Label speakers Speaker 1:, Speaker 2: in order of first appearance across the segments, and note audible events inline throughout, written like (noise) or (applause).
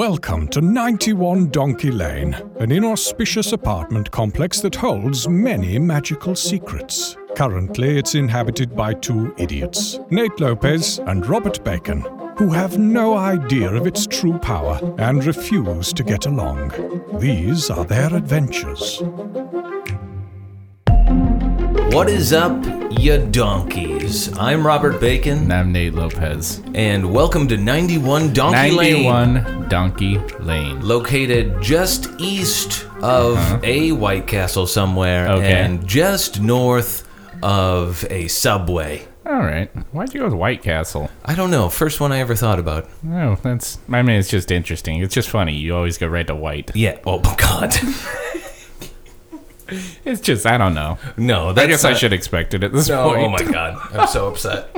Speaker 1: Welcome to 91 Donkey Lane, an inauspicious apartment complex that holds many magical secrets. Currently, it's inhabited by two idiots, Nate Lopez and Robert Bacon, who have no idea of its true power and refuse to get along. These are their adventures.
Speaker 2: What is up, ya donkeys? I'm Robert Bacon,
Speaker 3: And I'm Nate Lopez.
Speaker 2: and welcome to 91 Donkey Lane,
Speaker 3: 91 Donkey Lane.
Speaker 2: located just east of a White Castle somewhere,
Speaker 3: Uh-huh. Okay.
Speaker 2: and just north of a subway.
Speaker 3: All right. Why'd you go with White Castle?
Speaker 2: I don't know, first one I ever thought about.
Speaker 3: Oh, that's. I mean, it's just interesting. It's just funny. You always go right to white.
Speaker 2: Yeah. Oh God. (laughs)
Speaker 3: It's just. I don't know.
Speaker 2: no, that's
Speaker 3: I guess I
Speaker 2: not-
Speaker 3: should expect it at this
Speaker 2: No,
Speaker 3: point.
Speaker 2: oh my God, I'm so upset.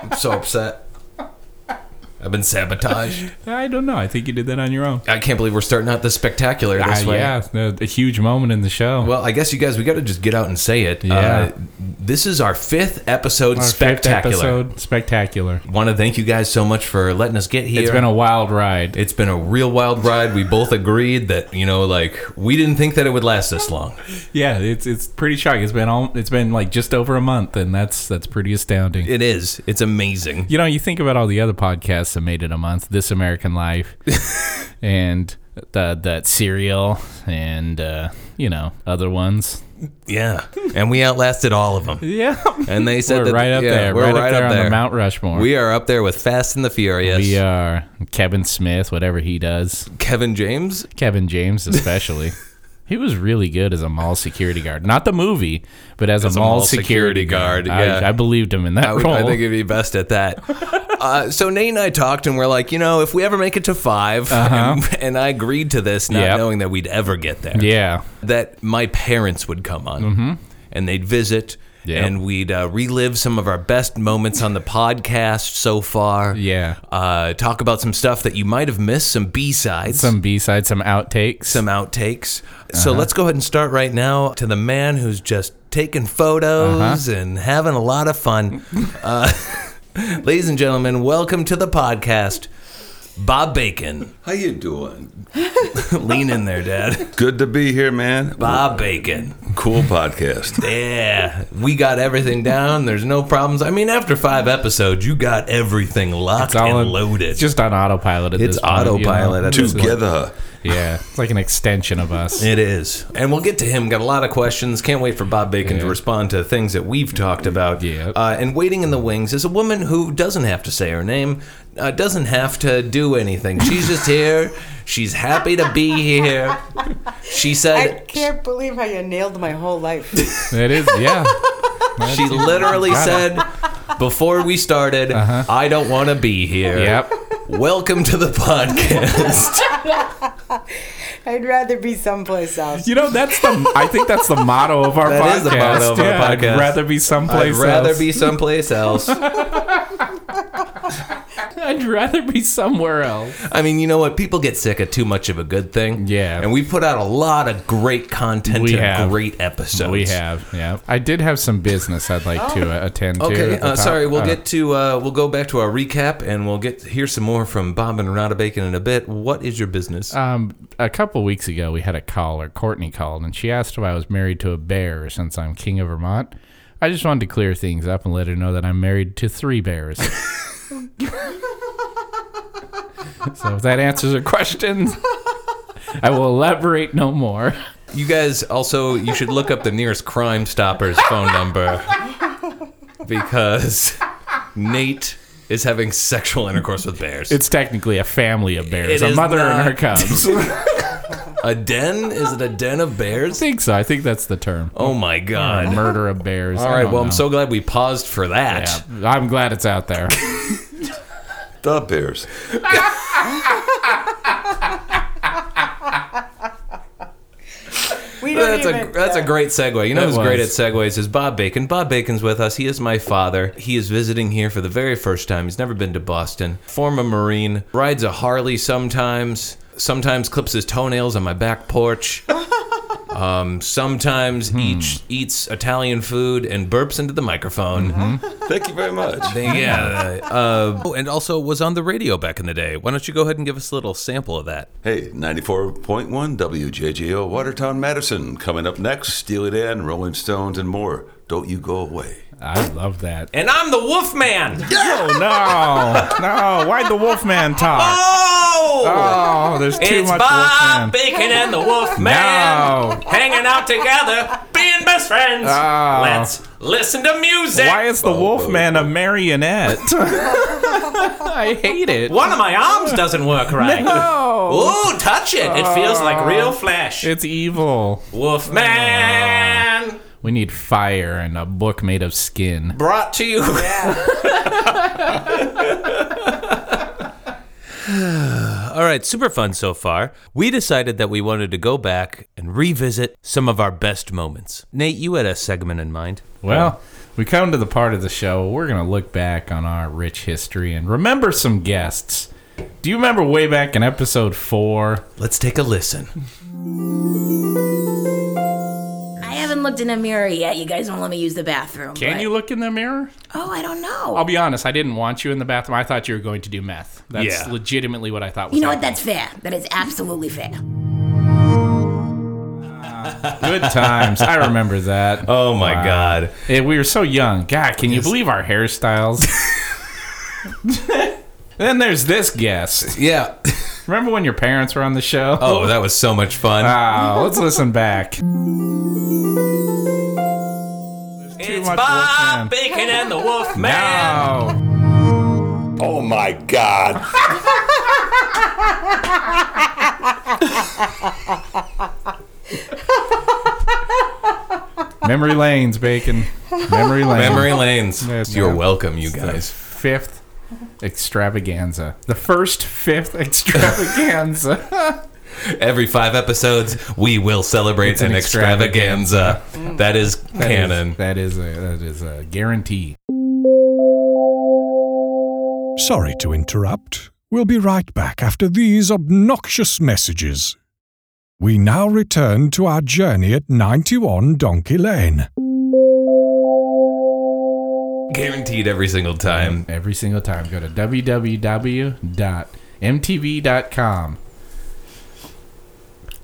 Speaker 2: I'm so upset. I've been sabotaged.
Speaker 3: (laughs) I don't know. I think you did that on your own.
Speaker 2: I can't believe we're starting out this spectacular this
Speaker 3: Ah,
Speaker 2: way.
Speaker 3: yeah, a, a huge moment in the show.
Speaker 2: Well, I guess you guys, we got to just get out and say it. Uh,
Speaker 3: Yeah.
Speaker 2: this is our fifth episode
Speaker 3: Our fifth
Speaker 2: spectacular.
Speaker 3: episode, spectacular.
Speaker 2: Want to thank you guys so much for letting us get here.
Speaker 3: It's been a wild ride.
Speaker 2: it's been a real wild ride. We both agreed that, you know, like we didn't think that it would last this long.
Speaker 3: yeah, it's it's pretty shocking. It's been all. It's been like just over a month, and that's that's pretty astounding.
Speaker 2: It is. It's amazing.
Speaker 3: you know, you think about all the other podcasts that made it a month, This
Speaker 2: (laughs)
Speaker 3: American Life, and the, that serial, and uh, you know, other ones.
Speaker 2: Yeah. (laughs) And we outlasted all of them.
Speaker 3: Yeah,
Speaker 2: And they said
Speaker 3: (laughs) we're
Speaker 2: that
Speaker 3: right up
Speaker 2: yeah,
Speaker 3: there.
Speaker 2: We're right,
Speaker 3: up there on the Mount Rushmore.
Speaker 2: We are up there with Fast and the Furious.
Speaker 3: We uh, are Kevin Smith, whatever he does.
Speaker 2: Kevin James.
Speaker 3: Kevin
Speaker 2: (laughs)
Speaker 3: James, especially. he was really good as a mall security guard. Not the movie, but as, a, mall security, guard.
Speaker 2: yeah.
Speaker 3: I, I believed him in that
Speaker 2: I, would,
Speaker 3: role.
Speaker 2: I think it'd be best at
Speaker 3: (laughs)
Speaker 2: that. uh, so Nate and I talked, and we're like, you know, if we ever make it to 5 (laughs) and, and I agreed to this, not
Speaker 3: Uh-huh. Yep.
Speaker 2: knowing that we'd ever get there,
Speaker 3: yeah. Mm-hmm.
Speaker 2: that my parents would come on and they'd visit.
Speaker 3: Yep.
Speaker 2: And we'd uh, relive some of our best moments on the podcast so far.
Speaker 3: Yeah.
Speaker 2: Uh, talk about some stuff that you might have missed, some B sides,
Speaker 3: Some B sides, some outtakes.
Speaker 2: some outtakes. So
Speaker 3: Uh-huh.
Speaker 2: let's go ahead and start right now to the man who's just taking photos
Speaker 3: Uh-huh.
Speaker 2: and having a lot of
Speaker 3: (laughs)
Speaker 2: fun. Uh, (laughs) ladies and gentlemen, welcome to the podcast, Bob Bacon.
Speaker 4: How you doing?
Speaker 2: Lean in there,
Speaker 3: (laughs)
Speaker 2: Dad.
Speaker 4: Good to be here, man.
Speaker 2: Bob Bacon.
Speaker 4: Cool podcast.
Speaker 2: Yeah, we got everything down. There's no problems. I mean, after five episodes, you got everything locked
Speaker 3: It's all
Speaker 2: and
Speaker 3: on-
Speaker 2: loaded.
Speaker 3: It's just on autopilot. At
Speaker 2: It's
Speaker 3: this point,
Speaker 2: autopilot at
Speaker 3: You know?
Speaker 2: this point.
Speaker 4: Together.
Speaker 3: (laughs) Yeah, it's like an extension of us.
Speaker 2: It is. And we'll get to him. Got a lot of questions. Can't wait for Bob Bacon to
Speaker 3: Yeah.
Speaker 2: respond to things that we've talked about.
Speaker 3: Yep.
Speaker 2: Uh, and waiting in the wings is a woman who doesn't have to say her name, uh, doesn't have to do anything. She's just here. She's happy to be here. She
Speaker 5: I
Speaker 2: said
Speaker 5: can't believe how you nailed my
Speaker 2: (laughs)
Speaker 5: whole life.
Speaker 3: It is, yeah.
Speaker 2: she literally
Speaker 3: Got it. Uh-huh.
Speaker 2: said before we started, I don't want to be here.
Speaker 3: Yep.
Speaker 2: Welcome to the podcast.
Speaker 5: I'd rather be someplace else.
Speaker 3: You know, that's the. I think that's the motto of our
Speaker 2: That
Speaker 3: podcast.
Speaker 2: is the motto of our
Speaker 3: Yeah,
Speaker 2: podcast.
Speaker 3: I'd rather be
Speaker 2: I'd
Speaker 3: someplace.
Speaker 2: rather
Speaker 3: else.
Speaker 2: be someplace else.
Speaker 3: (laughs) I'd rather be somewhere else.
Speaker 2: I mean, you know what? People get sick of too much of a good thing.
Speaker 3: Yeah.
Speaker 2: And we put out a lot of great content
Speaker 3: We
Speaker 2: and
Speaker 3: have.
Speaker 2: great episodes.
Speaker 3: We have, yeah. I did have some business I'd like to uh, attend to.
Speaker 2: Okay,
Speaker 3: at the
Speaker 2: uh,
Speaker 3: top.
Speaker 2: sorry. We'll
Speaker 3: Uh,
Speaker 2: get to uh, we'll go back to our recap, and we'll get hear some more from Bob and Renata Bacon in a bit. What is your business?
Speaker 3: Um, a couple weeks ago, we had a caller. Courtney called, and she asked if I was married to a bear since I'm king of Vermont. I just wanted to clear things up and let her know that I'm married to
Speaker 2: (laughs)
Speaker 3: three bears. so if that answers her question, I will elaborate no more.
Speaker 2: you guys also you should look up the nearest Crime Stoppers phone number because Nate is having sexual intercourse with bears.
Speaker 3: It's technically a family of bears,
Speaker 2: It
Speaker 3: a
Speaker 2: is
Speaker 3: mother
Speaker 2: not.
Speaker 3: and her cubs.
Speaker 2: (laughs) a den. Is it a den of
Speaker 3: I (laughs)
Speaker 2: bears?
Speaker 3: think so. I think that's
Speaker 2: (laughs)
Speaker 3: the term.
Speaker 2: Oh my
Speaker 3: Or
Speaker 2: god!
Speaker 3: murder of bears.
Speaker 2: All right. Well, I'm so glad we paused for that.
Speaker 3: I'm glad it's out there.
Speaker 4: The Bears.
Speaker 5: We don't
Speaker 2: That's a
Speaker 5: even-
Speaker 2: that's a great segue. You know
Speaker 3: That
Speaker 2: who's great at
Speaker 3: was.
Speaker 2: segues is Bob Bacon. Bob Bacon's with us. He is my father. He is visiting here for the very first time. He's never been to Boston. Former Marine, rides (laughs) a Harley sometimes. Sometimes clips his toenails on my back porch. um, sometimes each eats Italian food and burps into the microphone.
Speaker 4: Thank you very much.
Speaker 2: Yeah. Uh, oh, and also was on the radio back in the day. Why don't you go ahead and give us a little sample of that?
Speaker 4: Hey, 94.1 WJGO, Watertown, Madison. Coming up next, Steely Dan, Rolling Stones, and more. Don't you go away.
Speaker 3: I love that.
Speaker 2: And I'm the Wolfman.
Speaker 3: Oh no, no! Why'd the Wolfman talk?
Speaker 2: Oh,
Speaker 3: Oh, there's too
Speaker 2: it's
Speaker 3: much
Speaker 2: Bob
Speaker 3: Wolfman.
Speaker 2: Bacon and the Wolfman
Speaker 3: No.
Speaker 2: hanging out together, being best friends.
Speaker 3: Oh.
Speaker 2: Let's listen to music.
Speaker 3: Why is
Speaker 2: Oh,
Speaker 3: the Wolfman a marionette?
Speaker 2: (laughs)
Speaker 3: I hate it.
Speaker 2: One of my arms doesn't work right. Ooh, touch it. It feels like
Speaker 3: Oh.
Speaker 2: real flesh.
Speaker 3: It's evil.
Speaker 2: Wolfman.
Speaker 3: We need fire and a book made of skin.
Speaker 2: Brought to you. (laughs) All right, super fun so far. We decided that we wanted to go back and revisit some of our best moments. Nate, you had a segment in mind.
Speaker 3: Well, we come to the part of the show where we're going to look back on our rich history and remember some guests. Do you remember way back in episode four?
Speaker 2: Let's take a listen.
Speaker 6: I haven't looked in a mirror yet. You guys won't let me use the bathroom.
Speaker 3: Can
Speaker 6: but-
Speaker 3: you look in the mirror?
Speaker 6: Oh, I don't know.
Speaker 3: I'll be honest, I didn't want you in the bathroom. I thought you were going to do meth. That's
Speaker 2: Yeah.
Speaker 3: legitimately what I thought was
Speaker 6: you know what?
Speaker 3: happening.
Speaker 6: That's fair. That is absolutely fair.
Speaker 3: Good times. I remember (laughs) that.
Speaker 2: Oh my God.
Speaker 3: Eh, we were so young. God, can you believe our (laughs) hairstyles? then there's this guest.
Speaker 2: Yeah.
Speaker 3: Remember when your parents were on the show?
Speaker 2: (laughs) Oh, that was so much fun.
Speaker 3: Ah, let's listen back.
Speaker 2: it's
Speaker 3: much
Speaker 2: Bob
Speaker 3: Wolfman.
Speaker 2: Bacon and the Wolfman.
Speaker 3: Now,
Speaker 7: Oh my God.
Speaker 3: (laughs) memory lanes, bacon. Memory lanes.
Speaker 2: Memory lanes.
Speaker 3: Yes,
Speaker 2: You're
Speaker 3: ma'am.
Speaker 2: welcome, you
Speaker 3: The
Speaker 2: guys.
Speaker 3: fifth extravaganza. The first fifth extravaganza.
Speaker 2: Every five episodes, we will celebrate
Speaker 3: It's
Speaker 2: an,
Speaker 3: an
Speaker 2: extravaganza. That is (laughs) canon.
Speaker 3: that is a that is a guarantee.
Speaker 1: Sorry to interrupt. We'll be right back after these obnoxious messages. We now return to our journey at 91 Donkey Lane.
Speaker 2: Guaranteed every single time.
Speaker 3: Every single time, go to www.mtv.com.
Speaker 2: Mm-hmm.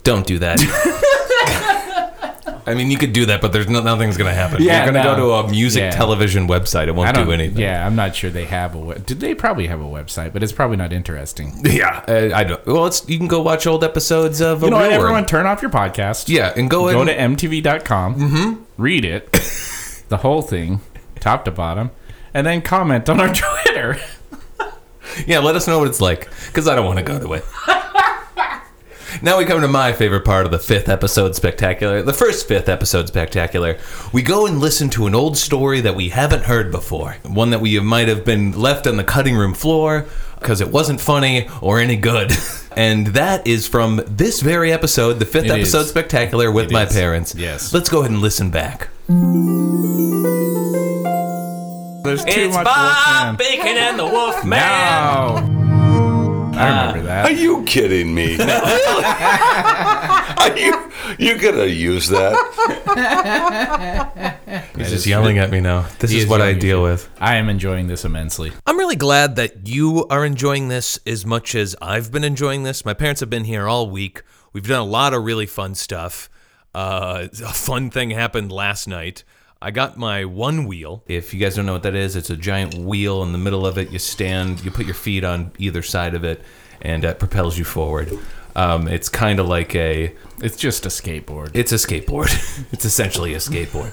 Speaker 2: Don't do that. (laughs) I mean, you could do that, but there's no, nothing's going to happen.
Speaker 3: Yeah,
Speaker 2: You're going to
Speaker 3: no.
Speaker 2: go to a music
Speaker 3: Yeah.
Speaker 2: television website. It
Speaker 3: I
Speaker 2: won't
Speaker 3: don't
Speaker 2: do anything.
Speaker 3: Yeah, I'm not sure they have a. Web, did they probably have a website? But it's probably not interesting.
Speaker 2: (laughs) Yeah, Uh, I, I don't. Well, it's, you can go watch old episodes of
Speaker 3: You
Speaker 2: a
Speaker 3: know what,
Speaker 2: Real
Speaker 3: everyone,
Speaker 2: World.
Speaker 3: turn off your podcast.
Speaker 2: Yeah, and go,
Speaker 3: go
Speaker 2: and, Mm-hmm.
Speaker 3: to mtv.com read it the whole thing top to bottom and then comment on our (laughs) twitter
Speaker 2: Yeah, let us know what it's like because I don't want to go to
Speaker 3: (laughs)
Speaker 2: it. now we come to my favorite part of the fifth episode spectacular, the first fifth episode spectacular. We go and listen to an old story that we haven't heard before, one that we might have been left on the cutting room floor because it wasn't funny or any good. (laughs) and that is from this very episode, the fifth
Speaker 3: It is.
Speaker 2: episode spectacular with
Speaker 3: It
Speaker 2: my
Speaker 3: is.
Speaker 2: parents.
Speaker 3: Yes.
Speaker 2: Let's go ahead and listen back.
Speaker 3: there's too much Wolfman.
Speaker 2: Bacon and the Wolfman.
Speaker 3: no i
Speaker 2: Ah.
Speaker 3: remember
Speaker 4: Are
Speaker 3: that
Speaker 4: you
Speaker 3: (laughs)
Speaker 4: kidding me? Are you you gonna use that?
Speaker 2: He's just yelling at me now. This
Speaker 3: He
Speaker 2: is
Speaker 3: is
Speaker 2: what I
Speaker 3: yelling at
Speaker 2: deal
Speaker 3: you.
Speaker 2: with.
Speaker 3: i am enjoying this immensely
Speaker 2: I'm really glad that you are enjoying this as much as I've been enjoying this. My parents have been here all week. We've done a lot of really fun stuff. Uh, a fun thing happened last night. I got my one wheel. If you guys don't know what that is, it's a giant wheel. In the middle of it, you stand, you put your feet on either side of it, and it propels you forward. Um, it's kind of like a
Speaker 3: it's just a skateboard
Speaker 2: it's a skateboard. (laughs) it's essentially a skateboard.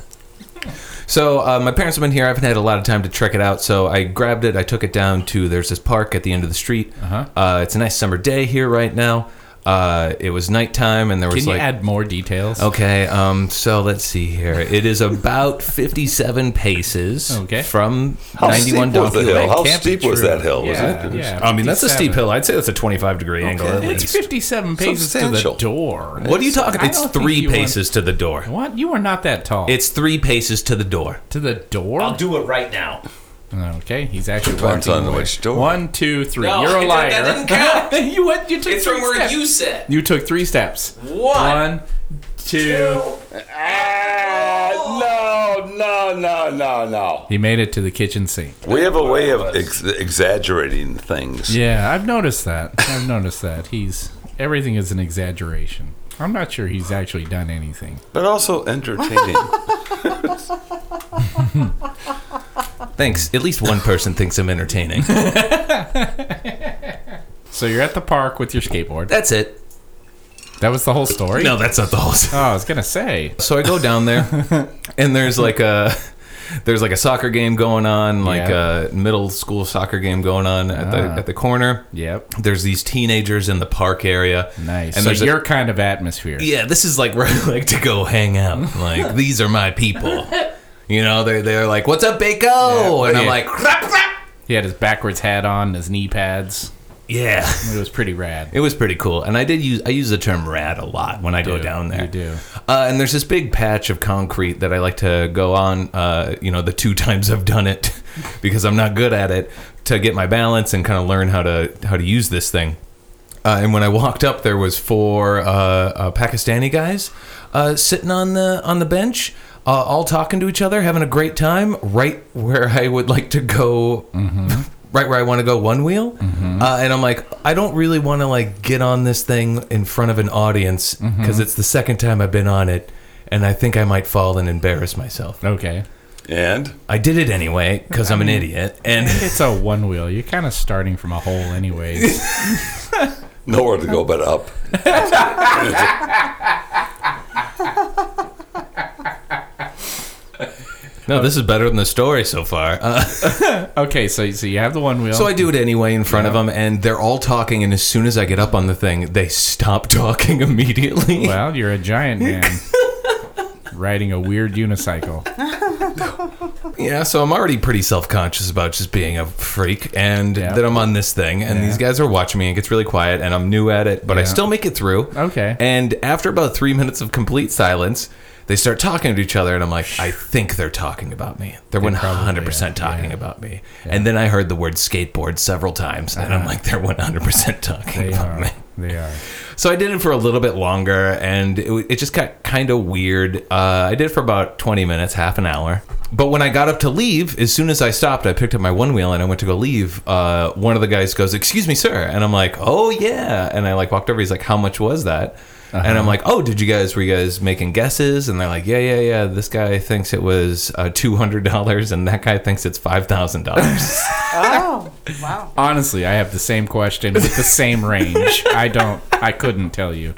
Speaker 2: So uh, my parents have been here. I haven't had a lot of time to check it out. So I grabbed it. I took it down to there's this park at the end of the street. Uh-huh. it's a nice summer day here right now. Uh, it was nighttime, and there was
Speaker 3: can you
Speaker 2: like
Speaker 3: add more details
Speaker 2: Okay, um, so let's see here. It is about 57 paces
Speaker 3: Okay.
Speaker 2: from
Speaker 4: How
Speaker 2: 91
Speaker 4: steep was the
Speaker 2: Donkey
Speaker 4: hill?
Speaker 2: Lane.
Speaker 4: How
Speaker 3: can't be
Speaker 4: steep was
Speaker 3: true.
Speaker 4: that hill? Was
Speaker 3: Yeah,
Speaker 4: it?
Speaker 3: yeah,
Speaker 2: I mean, that's a
Speaker 3: 57.
Speaker 2: steep hill. I'd say that's a 25 degree angle at
Speaker 3: it's
Speaker 2: least.
Speaker 3: 57 paces to the
Speaker 4: Substantial.
Speaker 3: door
Speaker 2: What are you talking?
Speaker 3: I
Speaker 2: It's
Speaker 3: don't think
Speaker 2: three
Speaker 3: you want-
Speaker 2: paces to the door.
Speaker 3: what you are not that tall
Speaker 2: It's three paces to the door.
Speaker 3: to the door
Speaker 2: do it right now.
Speaker 3: okay he's actually
Speaker 4: Depends
Speaker 3: walking
Speaker 4: on
Speaker 3: away.
Speaker 4: which door.
Speaker 3: one two three
Speaker 2: No,
Speaker 3: you're a liar
Speaker 2: that- that
Speaker 3: (laughs)
Speaker 2: doesn't count.
Speaker 3: you went you took three steps.
Speaker 2: said.
Speaker 3: You took three steps.
Speaker 2: One.
Speaker 3: One, two.
Speaker 7: Ah, no, no, no, no, no.
Speaker 3: He made it to the kitchen sink.
Speaker 4: We have a way of ex- exaggerating things.
Speaker 3: Yeah, I've noticed that. I've noticed that. He's everything is an exaggeration. I'm not sure he's actually done anything.
Speaker 4: but also
Speaker 3: (laughs)
Speaker 4: entertaining.
Speaker 2: Thanks. At least one person thinks I'm
Speaker 3: (laughs)
Speaker 2: entertaining.
Speaker 3: So you're at the park with your skateboard.
Speaker 2: That's it.
Speaker 3: That was the whole story.
Speaker 2: No, that's not the whole story.
Speaker 3: Oh, I was gonna say.
Speaker 2: So I go down
Speaker 3: (laughs)
Speaker 2: there, and there's like a there's like a soccer game going on, like
Speaker 3: Yeah. Ah.
Speaker 2: a middle school soccer game going on at the at the corner.
Speaker 3: Yep.
Speaker 2: There's these teenagers in the park area.
Speaker 3: Nice.
Speaker 2: And
Speaker 3: so
Speaker 2: there's a-
Speaker 3: your kind of atmosphere.
Speaker 2: yeah, this is like where I like to go hang out.
Speaker 3: (laughs)
Speaker 2: Like these are my people. You know, they're they're like, "What's up, Baco?" and I'm
Speaker 3: yeah.
Speaker 2: like, "Crap, crap."
Speaker 3: He had his backwards hat on, his knee pads.
Speaker 2: "Yeah."
Speaker 3: It was pretty rad.
Speaker 2: It was pretty cool, and I did use I use the term "rad" a lot when I go
Speaker 3: do.
Speaker 2: down there.
Speaker 3: You do.
Speaker 2: Uh, and there's this big patch of concrete that I like to go on. Uh, you know, the two (laughs) times I've done it because I'm not good at it to get my balance and kind of learn how to how to use this thing. Uh, and when I walked up, there was four uh, uh, Pakistani guys uh, sitting on the on the bench, uh, all talking to each other, having a great time, right where I would like to go.
Speaker 3: Mm-hmm.
Speaker 2: (laughs) Right where I want to go, one wheel, uh, and I'm like, I don't really want to like get on this thing in front of an audience because it's the second time I've been on it, and I think I might fall and embarrass myself.
Speaker 3: Okay.
Speaker 4: and
Speaker 2: I did it anyway because I'm an idiot, and
Speaker 3: It's a one wheel. You're kind of starting from a hole, anyways.
Speaker 4: nowhere to go but up.
Speaker 2: (laughs) no, this is better than the story so far. Uh,
Speaker 3: okay, so so you have the one wheel.
Speaker 2: So I do it anyway in front of 'em of them, and they're all talking. And as soon as I get up on the thing, they stop (laughs) talking immediately.
Speaker 3: Well, you're
Speaker 2: (laughs)
Speaker 3: a giant man riding a weird unicycle.
Speaker 2: yeah, so I'm already pretty self conscious about just being a freak, and
Speaker 3: Yeah.
Speaker 2: then I'm on this thing, and these guys are watching me. and It gets really quiet, and I'm new at it, but I
Speaker 3: Yeah.
Speaker 2: still make it through.
Speaker 3: Okay.
Speaker 2: And after about three minutes of complete silence. They start talking to each other, and I'm like, I think they're talking about me. They're 100% talking about me. And then I heard the word skateboard several times, and I'm like, they're 100% talking
Speaker 3: Uh-huh. They
Speaker 2: about
Speaker 3: are.
Speaker 2: me.
Speaker 3: They are.
Speaker 2: So I did it for a little bit longer, and it, w- it just got kind of weird. Uh, I did it for about 20 minutes, half an hour. But when I got up to leave, as soon as I stopped, I picked up my one wheel and I went to go leave. Uh, one of the guys goes, "Excuse me, sir," and I'm like, "Oh yeah," and I like walked over. He's like, "How much was that?" And I'm like, "Oh, did you guys were you guys making guesses?" And they're like, "Yeah, yeah, yeah." This guy thinks it was uh, two hundred dollars, and that guy thinks it's five thousand dollars.
Speaker 5: Oh, wow.
Speaker 3: Honestly, I have the same question with the same range. I don't. I couldn't tell you.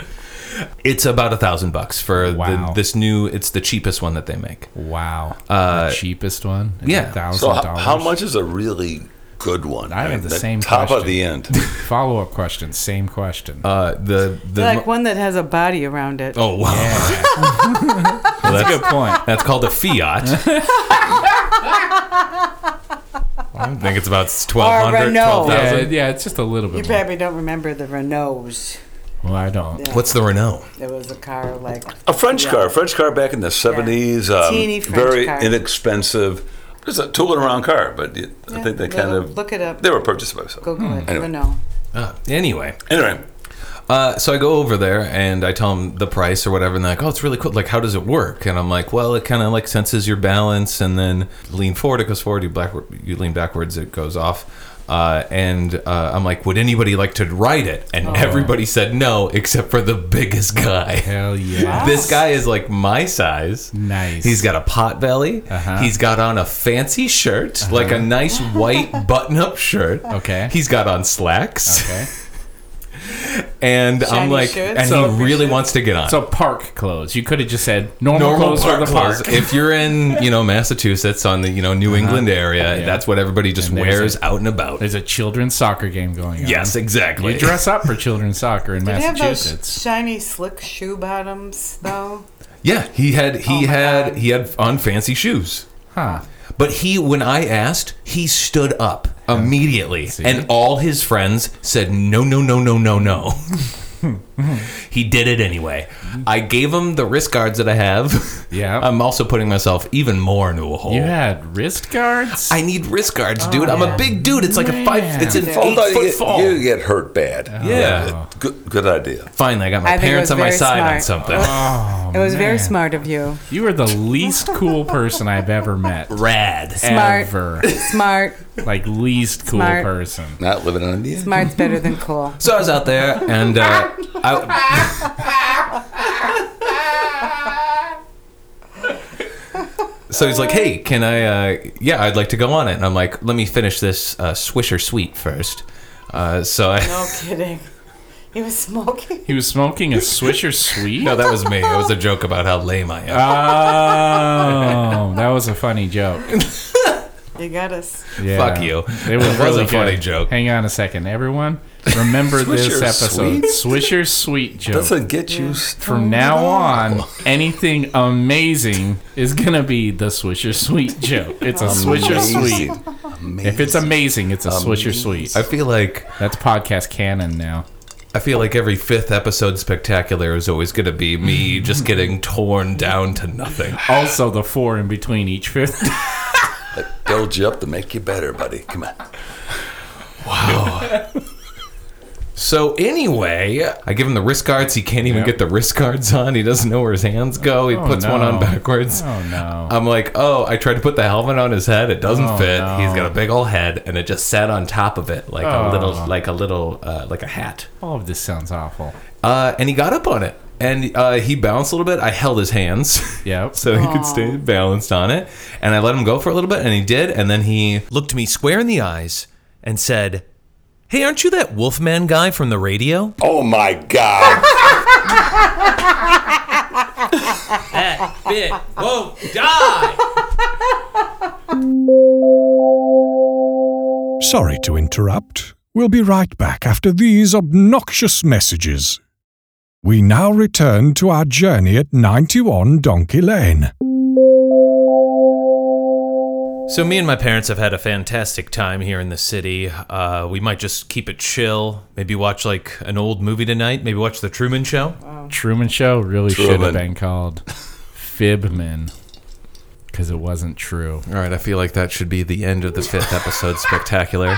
Speaker 2: it's about a thousand bucks for
Speaker 3: Wow.
Speaker 2: the, this new. It's the cheapest one that they make.
Speaker 3: Wow.
Speaker 2: Uh,
Speaker 3: the cheapest one. is
Speaker 2: yeah.
Speaker 4: So,
Speaker 3: thousand
Speaker 4: how,
Speaker 3: dollars.
Speaker 4: how much is a really good one?
Speaker 3: I had the same
Speaker 4: top
Speaker 3: question.
Speaker 4: of the end.
Speaker 3: Follow up question. Same question.
Speaker 2: Uh, the the
Speaker 5: Like one that has a body around it.
Speaker 2: Oh wow, (laughs)
Speaker 3: that's a good point.
Speaker 2: that's called a (laughs) Fiat. I think it's about twelve
Speaker 5: Or a
Speaker 2: hundred,
Speaker 5: Renault.
Speaker 2: twelve
Speaker 3: Yeah,
Speaker 2: thousand.
Speaker 3: yeah, it's just a little
Speaker 5: You
Speaker 3: bit. More.
Speaker 5: probably don't remember the Renaults.
Speaker 3: Well, I don't.
Speaker 2: What's the Renault?
Speaker 5: There was a car like
Speaker 4: A French car, French car back in the seventies, um,
Speaker 5: Teeny French
Speaker 4: very
Speaker 5: car.
Speaker 4: inexpensive. It's a tooling around car, but it, I
Speaker 5: Yeah,
Speaker 4: think they
Speaker 5: look
Speaker 4: kind
Speaker 5: it-
Speaker 4: of
Speaker 5: look it up.
Speaker 4: They were purchased by someone.
Speaker 5: Google it,
Speaker 4: Anyway.
Speaker 5: Renault.
Speaker 2: Uh, anyway,
Speaker 4: Anyway,
Speaker 2: uh, so I go over there and I tell them the price or whatever, and they're like, "Oh, it's really cool. Like, how does it work?" And I'm like, "Well, it kind of like senses your balance, and then lean forward, it goes forward. You backward, you lean backwards, it goes off." Uh, and uh, I'm like, "Would anybody like to ride it?"
Speaker 5: Oh.
Speaker 2: And everybody said no, except for the biggest (laughs) guy.
Speaker 3: Hell yeah.
Speaker 2: This guy is like my size.
Speaker 3: Nice. Uh-huh.
Speaker 2: He's got a pot belly. He's got on a fancy shirt, like a nice
Speaker 3: (laughs)
Speaker 2: white button up shirt.
Speaker 3: Okay.
Speaker 2: He's got on slacks.
Speaker 3: Okay.
Speaker 2: And I'm
Speaker 5: Shiny
Speaker 2: like,
Speaker 5: shirts.
Speaker 2: and
Speaker 3: So-
Speaker 2: he really wants to get on.
Speaker 3: So park clothes. You could have just said normal,
Speaker 2: Normal
Speaker 3: clothes
Speaker 2: park
Speaker 3: for the
Speaker 2: clothes.
Speaker 3: park. Uh-huh.
Speaker 2: If you're in, you know, Massachusetts on the, you know, New England area,
Speaker 3: Yeah.
Speaker 2: that's what everybody just
Speaker 3: And there's
Speaker 2: wears
Speaker 3: a-
Speaker 2: out and about.
Speaker 3: There's a children's soccer game going on.
Speaker 2: Yes, exactly.
Speaker 3: You dress up for children's
Speaker 5: (laughs)
Speaker 3: soccer in
Speaker 5: Did they have those
Speaker 3: Massachusetts.
Speaker 5: shiny slick shoe bottoms though?
Speaker 2: Yeah, he had he
Speaker 5: Oh my
Speaker 2: had
Speaker 5: God.
Speaker 2: he had on fancy shoes.
Speaker 3: Huh.
Speaker 2: But he, when I asked, he stood
Speaker 4: (laughs)
Speaker 2: up immediately, and all his friends said, "No, no, no, no, no, no." he did it anyway. I gave him the wrist guards that I have.
Speaker 3: Yeah.
Speaker 2: I'm also putting myself even more into a hole.
Speaker 3: You had wrist guards?
Speaker 2: I need wrist
Speaker 4: Oh,
Speaker 2: guards, dude. I'm a big dude. It's like a
Speaker 3: Man.
Speaker 2: five. It's an
Speaker 4: Hold on,
Speaker 2: eight
Speaker 4: you
Speaker 2: foot
Speaker 4: get-
Speaker 2: fall.
Speaker 4: You get hurt bad.
Speaker 2: Yeah.
Speaker 4: Good, good idea.
Speaker 2: Finally, I got my
Speaker 5: I think it
Speaker 2: parents
Speaker 5: was
Speaker 2: on my
Speaker 5: very
Speaker 2: side on
Speaker 5: smart.
Speaker 2: something.
Speaker 5: (laughs)
Speaker 2: Oh,
Speaker 5: It was very
Speaker 3: man.
Speaker 5: smart of you.
Speaker 3: you were the
Speaker 5: (laughs)
Speaker 3: least cool person I've ever met.
Speaker 2: Rad.
Speaker 5: Smart.
Speaker 3: Ever.
Speaker 5: Smart.
Speaker 3: Like, least cool
Speaker 5: Smart.
Speaker 3: person.
Speaker 4: Not living on the end.
Speaker 5: Smart's better
Speaker 2: (laughs)
Speaker 5: than cool.
Speaker 2: So I was out there, and uh, I, so he's like, "Hey, can I? Uh, yeah, I'd like to go on it." And I'm like, "Let me finish this uh, Swisher Sweet first. Uh, so I (laughs)
Speaker 5: No kidding. He was smoking.
Speaker 3: He was smoking a Swisher Sweet?
Speaker 2: no, that was me. It was a joke about how lame I am.
Speaker 3: Oh, that was a funny joke.
Speaker 5: You got us.
Speaker 3: Yeah.
Speaker 2: (laughs) Fuck you.
Speaker 3: It was
Speaker 2: That was
Speaker 3: really
Speaker 2: a funny
Speaker 3: good.
Speaker 2: joke.
Speaker 3: Hang on a second, everyone.
Speaker 2: (laughs)
Speaker 3: Remember this
Speaker 4: Swisher
Speaker 3: episode,
Speaker 4: Sweet?
Speaker 3: Swisher Sweet joke.
Speaker 4: Doesn't get you. s-
Speaker 2: Oh
Speaker 3: From now on, anything amazing is gonna be the Swisher Sweet joke. It's a Swisher Sweet.
Speaker 4: Amazing. Amazing.
Speaker 3: If it's amazing, it's a Swisher Sweet.
Speaker 2: I feel like
Speaker 3: That's podcast canon now.
Speaker 2: I feel like every fifth episode spectacular is always going to be
Speaker 3: (laughs)
Speaker 2: me just getting torn down to nothing.
Speaker 3: Also, the four in between each fifth. (laughs)
Speaker 4: build you up to make you better, buddy. Come on.
Speaker 2: So anyway, I give him the wrist guards. He can't even get the wrist guards on. He doesn't know where his hands go. He
Speaker 3: Oh,
Speaker 2: puts one
Speaker 3: no.
Speaker 2: on backwards.
Speaker 3: Oh no.
Speaker 2: I'm like, oh, I tried to put the helmet on his head. It doesn't
Speaker 3: Oh,
Speaker 2: fit.
Speaker 3: no.
Speaker 2: He's got a big old head, and it just sat on top of it like
Speaker 3: Oh.
Speaker 2: a little, like a little, uh, like a hat.
Speaker 3: All of this sounds awful.
Speaker 2: Uh, and he got up on it, and uh, he bounced a little bit. I held his hands. (laughs)
Speaker 3: Yep.
Speaker 2: so he could
Speaker 3: Oh.
Speaker 2: stay balanced on it. And I let him go for a little bit, and he did. And then he looked me square in the eyes and said, "Hey, aren't you that Wolfman guy from the radio?"
Speaker 7: Oh my God.
Speaker 2: Bit won't die.
Speaker 1: Sorry to interrupt. We'll be right back after these obnoxious messages. We now return to our journey at 91 Donkey Lane.
Speaker 2: So me and my parents have had a fantastic time here in the city. Uh, we might just keep it chill. Maybe watch like an old movie tonight. Maybe watch The Truman Show.
Speaker 3: Truman Show really should have
Speaker 4: Truman.
Speaker 3: been called Fibman because it wasn't true.
Speaker 2: All right, I feel like that should be the end of the fifth episode spectacular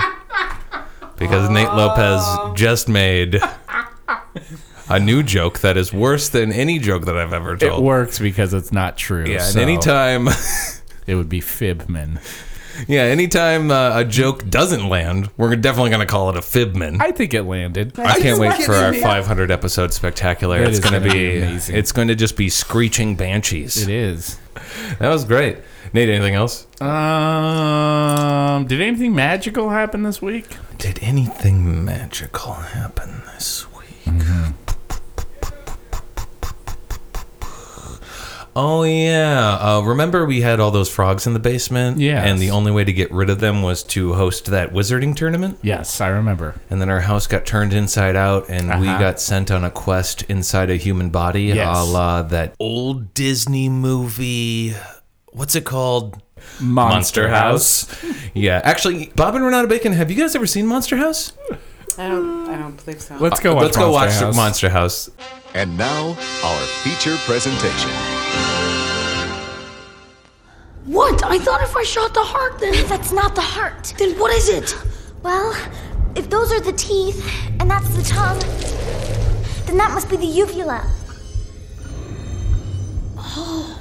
Speaker 2: because Nate Lopez just made a new joke that is worse than any joke that I've ever
Speaker 3: It
Speaker 2: told.
Speaker 3: works because it's not true.
Speaker 2: yeah,
Speaker 3: so
Speaker 2: and anytime, (laughs)
Speaker 3: it would be Fibman.
Speaker 2: yeah, anytime uh, a joke doesn't land, we're definitely going to call it a fibman.
Speaker 3: I think it landed.
Speaker 2: I can't
Speaker 4: you
Speaker 2: wait
Speaker 4: kidding
Speaker 2: for our
Speaker 4: me?
Speaker 2: 500 episode spectacular.
Speaker 3: That
Speaker 2: it's
Speaker 3: is
Speaker 2: going to
Speaker 3: gonna
Speaker 2: be
Speaker 3: be amazing.
Speaker 2: it's going to just be screeching banshees.
Speaker 3: It is.
Speaker 2: That was great. Nate, anything else?
Speaker 3: Um, did anything magical happen this week?
Speaker 2: Did anything magical happen this week? Oh yeah! Uh, remember we had all those frogs in the basement.
Speaker 3: Yes.
Speaker 2: And the only way to get rid of them was to host that wizarding tournament.
Speaker 3: Yes, I remember.
Speaker 2: And then our house got turned inside out, and we
Speaker 3: Uh-huh.
Speaker 2: got sent on a quest inside a human body,
Speaker 3: Yes.
Speaker 2: a la that old Disney movie. What's it called? Monster House. yeah, actually, Bob and Renata Bacon, have you guys ever seen Monster House?
Speaker 5: I don't. I don't believe so.
Speaker 3: Let's go watch.
Speaker 2: Uh, Let's go watch
Speaker 3: Monster House.
Speaker 2: Monster House.
Speaker 8: And now, our feature presentation.
Speaker 9: What? I thought if I shot the heart, then.
Speaker 6: That's not the heart.
Speaker 9: Then what is it?
Speaker 10: Well, if those are the teeth, and that's the tongue, then that must be the uvula.
Speaker 9: Oh.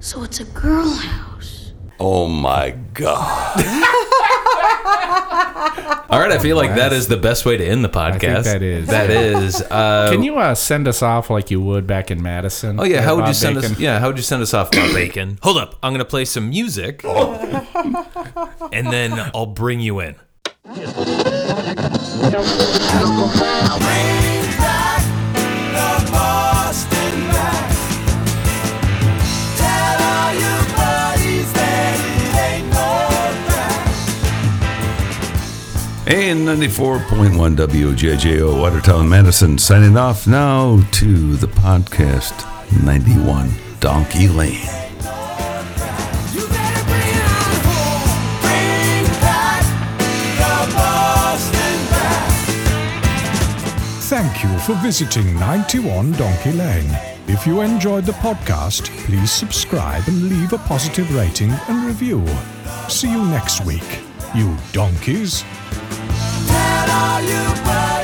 Speaker 9: So it's a girl house.
Speaker 4: Oh my God.
Speaker 2: All right, I feel like that is the best way to end the podcast.
Speaker 3: think that is,
Speaker 2: That (laughs) is. Uh,
Speaker 3: Can you uh, send us off like you would back in Madison?
Speaker 2: oh yeah, how would you
Speaker 3: Bob
Speaker 2: send us?
Speaker 3: Bacon?
Speaker 2: Yeah, how would you send us off, (coughs) Bob Bacon? Hold up, I'm gonna play some (laughs) music, and then I'll bring you in.
Speaker 4: And 94.1 WJJO Watertown, Madison, signing off now to the podcast 91 Donkey Lane.
Speaker 1: Thank you for visiting 91 Donkey Lane. If you enjoyed the podcast, please subscribe and leave a positive rating and review. See you next week, you donkeys.
Speaker 11: Tell all you